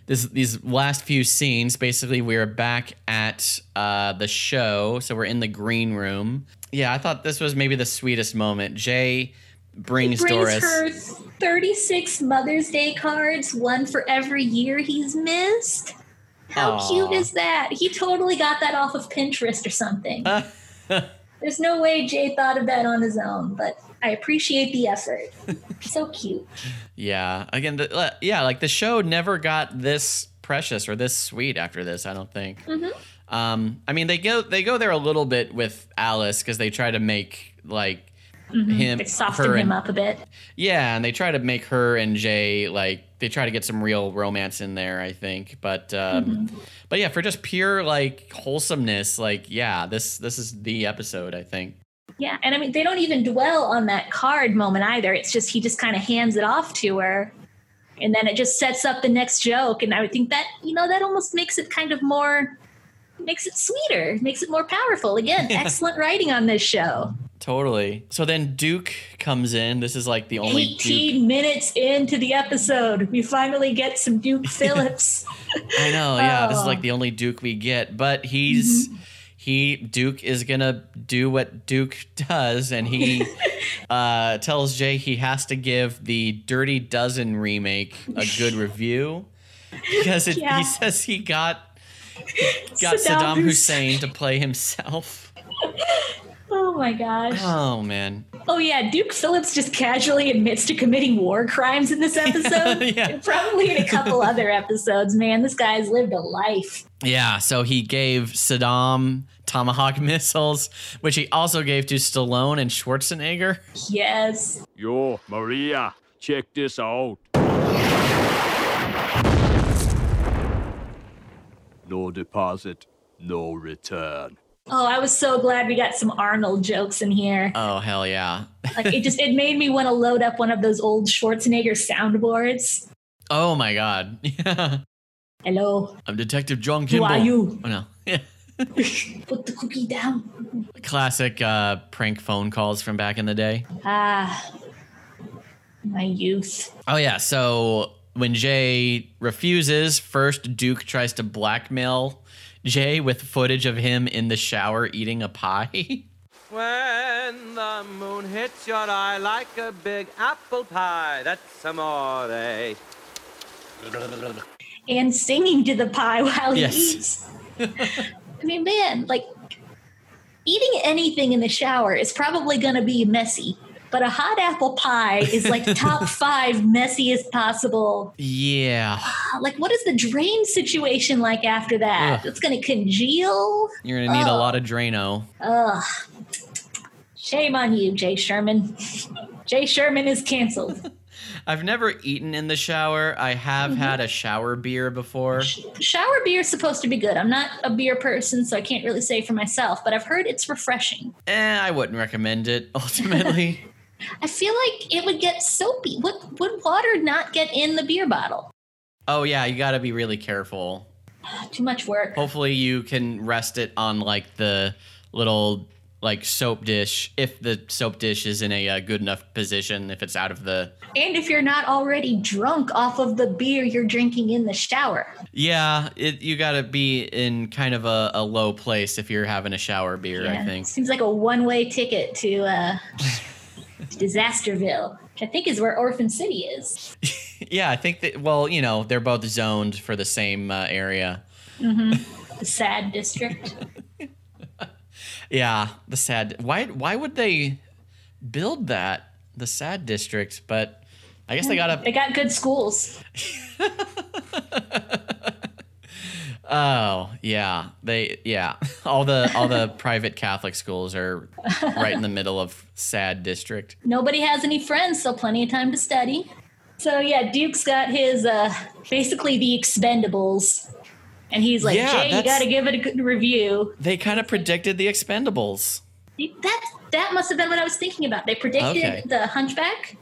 this these last few scenes. Basically, we're back at uh, the show, so we're in the green room. Yeah, I thought this was maybe the sweetest moment. Jay brings,
brings
Doris.
her 36 Mother's Day cards, one for every year he's missed. How
Aw.
cute is that? He totally got that off of Pinterest or something. There's no way Jay thought of that on his own, but I appreciate the effort. so cute.
Yeah. Again, the, uh, yeah, like the show never got this precious or this sweet after this. I don't think.
Mhm.
Um, I mean, they go they go there a little bit with Alice because they try to make like
Mhm.
him,
They soften
her,
him
and-
up a bit.
yeah, and they try to make her and Jay like they try to get some real romance in there. I think, but um,
Mm-hmm.
but yeah, for just pure like wholesomeness, like yeah, this this is the episode. I think.
Yeah, and I mean they don't even dwell on that card moment either. It's just he just kind of hands it off to her, and then it just sets up the next joke. And I would think that you know that almost makes it kind of more, makes it sweeter, makes it more powerful. Again, excellent writing on this show.
Totally. So then Duke comes in. This is like the only Duke
Eighteen minutes into the episode, we finally get some Duke Phillips.
I know, yeah. This is like
Oh.
the only Duke we get, but he's he Duke is gonna do what Duke does, and he uh, tells Jay he has to give the Dirty Dozen remake a good review because it,
Yeah.
he says he got got Saddam, Hussein to play himself.
oh my gosh.
Oh man,
Oh yeah, Duke Phillips just casually admits to committing war crimes in this episode.
yeah.
Probably in a couple other episodes, man. This guy's lived a life.
yeah. So he gave Saddam tomahawk missiles, which he also gave to Stallone and Schwarzenegger.
Yes.
Yo, Maria, check this out. No deposit, no return.
Oh, I was so glad we got some Arnold jokes in here.
Oh hell yeah!
Like it just it made me want to load up one of those old Schwarzenegger soundboards.
Oh my god.
Hello.
I'm Detective John
Who
Kimball.
are you?
Oh no.
Put the cookie down.
Classic uh, prank phone calls from back in the day.
Ah. My youth.
Oh yeah, so when Jay refuses, first Duke tries to blackmail Jay with footage of him in the shower eating a pie.
When the moon hits your eye like a big apple pie, that's amore.
And singing to the pie while he
Yes.
eats. I mean, man, like eating anything in the shower is probably gonna be messy. But a hot apple pie is like top five messiest possible
yeah.
like what is the drain situation like after that?
Ugh.
It's gonna congeal.
You're gonna need a
Oh.
lot of Drano.
Ugh. Shame on you, Jay Sherman. Jay Sherman is canceled.
I've never eaten in the shower. I have
Mm-hmm.
had a shower beer before.
Shower beer is supposed to be good. I'm not a beer person, so I can't really say for myself, but I've heard it's refreshing.
Eh, I wouldn't recommend it ultimately.
I feel like it would get soapy. Would would water not get in the beer bottle?
oh yeah, you gotta be really careful.
Too much work.
Hopefully you can rest it on like the little like soap dish if the soap dish is in a uh, good enough position if it's out of the
And if you're not already drunk off of the beer you're drinking in the shower.
yeah it, you gotta be in kind of a, a low place if you're having a shower beer i
Yeah,
think
Seems like a one way ticket to uh, to Disasterville, which I think is where Orphan City is.
yeah i think that well you know they're both zoned for the same uh, area
the sad district.
yeah the sad why why would they build that the sad district but I guess they got up.
They got good schools.
Oh yeah, they yeah. All the all the private Catholic schools are right in the middle of sad district.
Nobody has any friends, so plenty of time to study. So yeah, Duke's got his uh basically the expendables. And he's like,
Yeah,
Jay, you
that's-
gotta give it a good review.
They kind of predicted the Expendables.
That that must have been what I was thinking about. They predicted
Okay.
the hunchback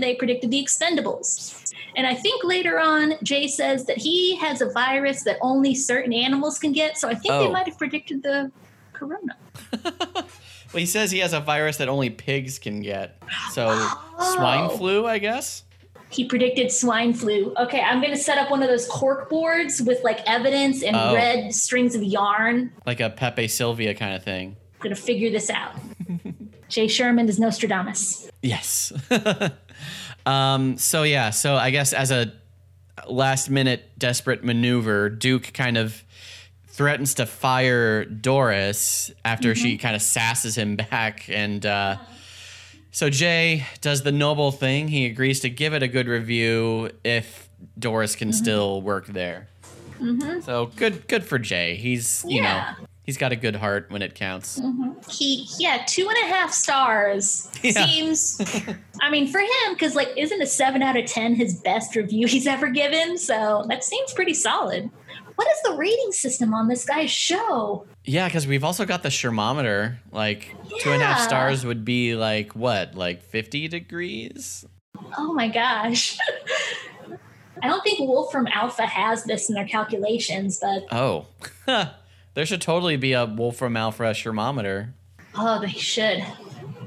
Yep.
they predicted the expendables. And I think later on Jay says that he has a virus that only certain animals can get. So I think they
Oh.
might have predicted the corona.
Well, he says he has a virus that only pigs can get. So swine flu, I guess.
He predicted swine flu. Okay, I'm going to set up one of those cork boards with like evidence and
Oh.
red strings of yarn.
Like a Pepe Sylvia kind of thing.
I'm going to figure this out. Jay Sherman is Nostradamus.
Yes. um, so yeah, so I guess as a last minute desperate maneuver, Duke kind of threatens to fire Doris after she
Mm-hmm.
kind of sasses him back and uh so Jay does the noble thing. He agrees to give it a good review if Doris can still work there.
Mm-hmm.
So good good for Jay. He's, you
Yeah.
know, he's got a good heart when it counts.
Mhm. He yeah, two and a half stars
Yeah.
seems. I mean, for him, because like, isn't a seven out of ten his best review he's ever given? So that seems pretty solid. What is the rating system on this guy's show?
Yeah, because we've also got the thermometer. Like two and a half
Yeah.
stars would be like what, like fifty degrees?
Oh my gosh. I don't think Wolf from Alpha has this in their calculations, but
Oh, there should totally be a Wolfram Alpha thermometer.
oh, they should.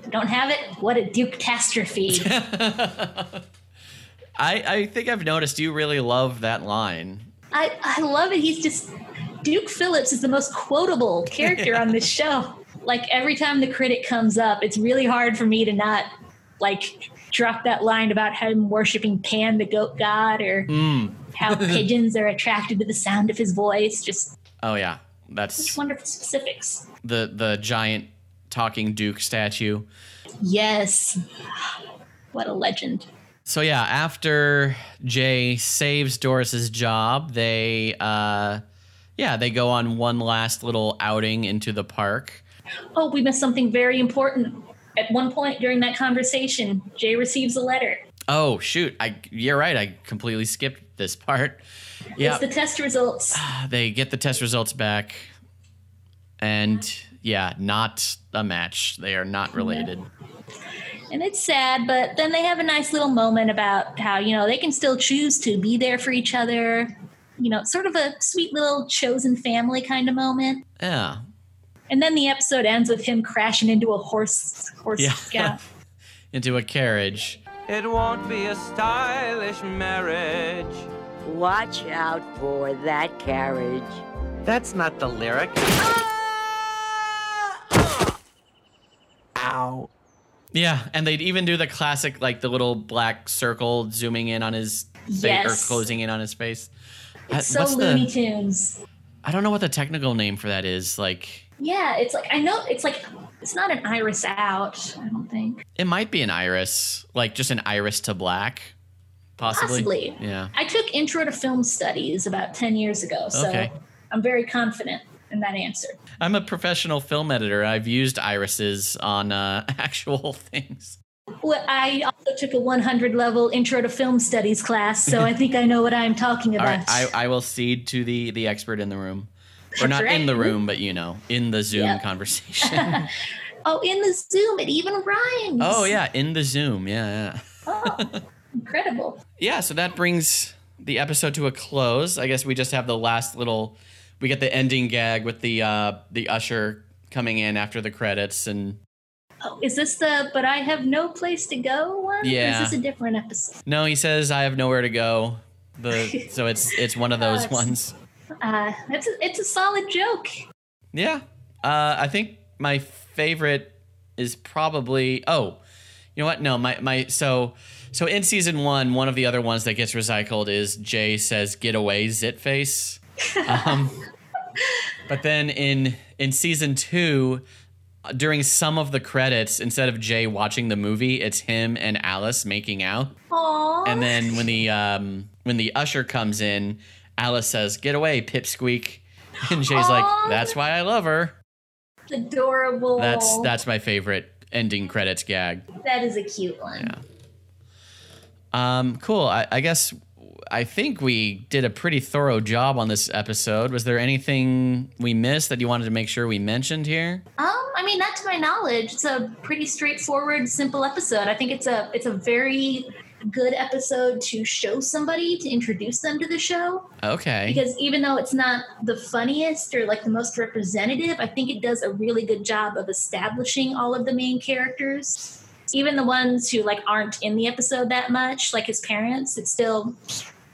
Don't have it? What a Duke catastrophe.
I I think I've noticed you really love that line.
I, I love it. He's just Duke Phillips is the most quotable character on this show. Like every time the critic comes up, it's really hard for me to not like drop that line about him worshiping Pan the goat god or
Mm.
how pigeons are attracted to the sound of his voice. Just
Oh yeah, that's
such wonderful specifics.
the the giant talking Duke statue.
Yes. What a legend.
So yeah, after Jay saves Doris's job, they uh yeah, they go on one last little outing into the park.
Oh, we missed something very important. At one point during that conversation, Jay receives a letter.
Oh shoot, I you're right, I completely skipped this part. Yeah.
It's the test results.
they get the test results back and yeah, not a match. They are not related.
And it's sad, but then they have a nice little moment about how, you know, they can still choose to be there for each other. You know, sort of a sweet little chosen family kind of moment.
Yeah.
And then the episode ends with him crashing into a horse horse
Yeah.
yeah.
Into a carriage.
It won't be a stylish marriage.
Watch out for that carriage.
That's not the lyric.
Ow. Yeah, and they'd even do the classic like the little black circle zooming in on his face
Yes.
or closing in on his face.
It's
Uh,
so
what's the-
Looney Tunes.
I don't know what the technical name for that is. Like
Yeah, it's like I know it's like it's not an iris out, I don't think.
it might be an iris, like just an iris to black, possibly.
Possibly.
Yeah.
I took intro to film studies about ten years ago, so
Okay.
I'm very confident in that answer.
I'm a professional film editor. I've used irises on uh, actual things.
Well, I also took a 100 level intro to film studies class, so I think I know what I'm talking
All
about.
right, I, I will cede to the the expert in the room, or not
That's
in the
right.
room, but you know, in the Zoom
Yeah.
conversation.
oh, in the Zoom, it even rhymes.
oh yeah, in the Zoom. Yeah, yeah.
Incredible.
Yeah, so that brings the episode to a close. I guess we just have the last little we get the ending gag with the uh the usher coming in after the credits and
Oh, is this the but I have no place to go one? Or
Yeah.
is this a different episode?
no, he says I have nowhere to go. The so it's it's one of those
Yes.
ones.
Uh, that's a, it's a solid joke.
Yeah. Uh I think my favorite is probably oh, you know what? No, my my so so in season 1, one of the other ones that gets recycled is Jay says get away zit face. Um But then in in season two, during some of the credits, instead of Jay watching the movie, it's him and Alice making out.
Aww.
And then when the um, when the usher comes in, Alice says, "Get away, Pipsqueak," and Jay's
Aw.
like, "That's why I love her."
adorable.
That's that's my favorite ending credits gag.
That is a cute one.
Um, cool. I, I guess I think we did a pretty thorough job on this episode. Was there anything we missed that you wanted to make sure we mentioned here?
Um, I mean, not to my knowledge. It's a pretty straightforward, simple episode. I think it's a it's a very good episode to show somebody to introduce them to the show
Okay.
because even though it's not the funniest or like the most representative, I think it does a really good job of establishing all of the main characters. Even the ones who like aren't in the episode that much, like his parents, it's still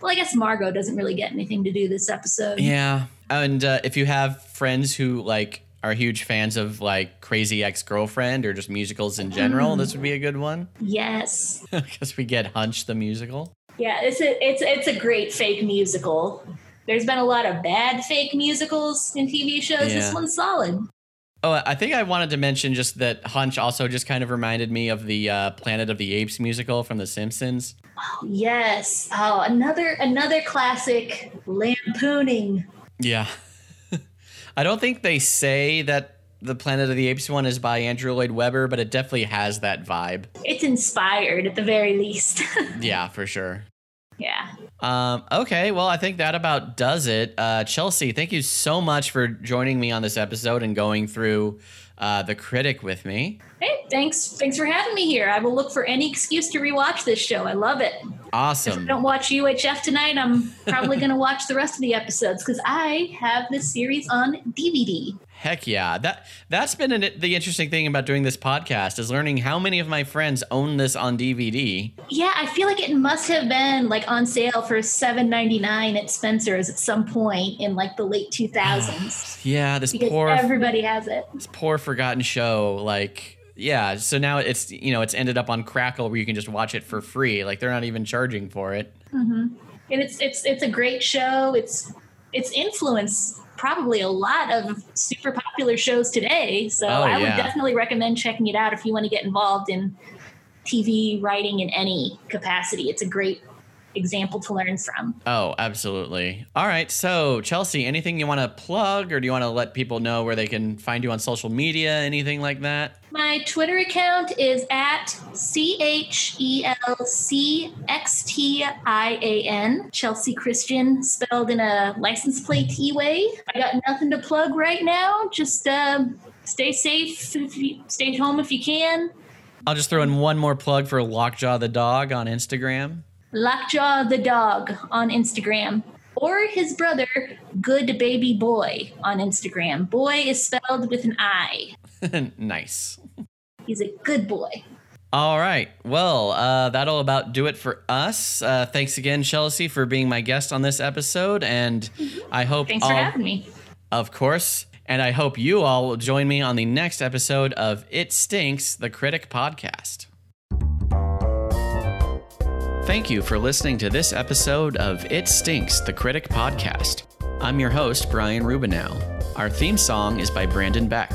well, I guess Margot doesn't really get anything to do this episode.
Yeah. And uh, if you have friends who like are huge fans of like Crazy Ex Girlfriend or just musicals in general,
Mm.
this would be a good one.
Yes.
Because we get Hunch the musical.
Yeah, it's a it's it's a great fake musical. There's been a lot of bad fake musicals in TV shows.
Yeah.
This one's solid.
Oh, I think I wanted to mention just that Hunch also just kind of reminded me of the uh, Planet of the Apes musical from The Simpsons.
Oh, yes. Oh, another another classic lampooning.
Yeah. I don't think they say that the Planet of the Apes one is by Andrew Lloyd Webber, but it definitely has that vibe.
It's inspired at the very least.
Yeah, for sure.
yeah.
Um, okay, well, I think that about does it. Uh, Chelsea, thank you so much for joining me on this episode and going through uh, The Critic with me.
Hey, thanks thanks for having me here. I will look for any excuse to rewatch this show. I love it. If I
Awesome.
don't watch UHF tonight, I'm probably going to watch the rest of the episodes because I have this series on DVD.
Heck yeah. That that's been an, the interesting thing about doing this podcast is learning how many of my friends own this on DVD.
Yeah, I feel like it must have been like on sale for seven ninety nine at Spencer's at some point in like the late two thousands.
Yeah, this
because
poor
everybody has it.
this poor forgotten show like yeah so now it's you know it's ended up on crackle where you can just watch it for free like they're not even charging for it
hmm And it's it's it's a great show. It's it's influenced probably a lot of super popular shows today. So
Oh,
I would
yeah.
definitely recommend checking it out if you want to get involved in TV writing in any capacity. It's a great example to learn from.
oh absolutely all right so chelsea anything you want to plug or do you want to let people know where they can find you on social media anything like that
My Twitter account is at C H E L C X T I A N, Chelsea Christian, spelled in a license plate E way. I got nothing to plug right now. Just uh, stay safe, if you, stay at home if you can.
i'll just throw in one more plug for lockjaw the dog on instagram
Lockjaw the dog on Instagram. Or his brother, Good Baby Boy, on Instagram. Boy is spelled with an I.
nice
He's a good boy.
All right. Well, uh, that'll about do it for us. Uh, thanks again, Chelsea, for being my guest on this episode, and I hope
Thanks for
all-
having me.
Of course, and I hope you all will join me on the next episode of It Stinks, the Critic Podcast. Thank you for listening to this episode of It Stinks, the Critic Podcast. I'm your host, Brian Rubinow. Our theme song is by Brandon Beck.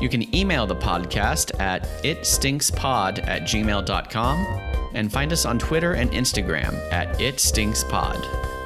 You can email the podcast at itstinkspod at gmail.com and find us on Twitter and Instagram at itstinkspod.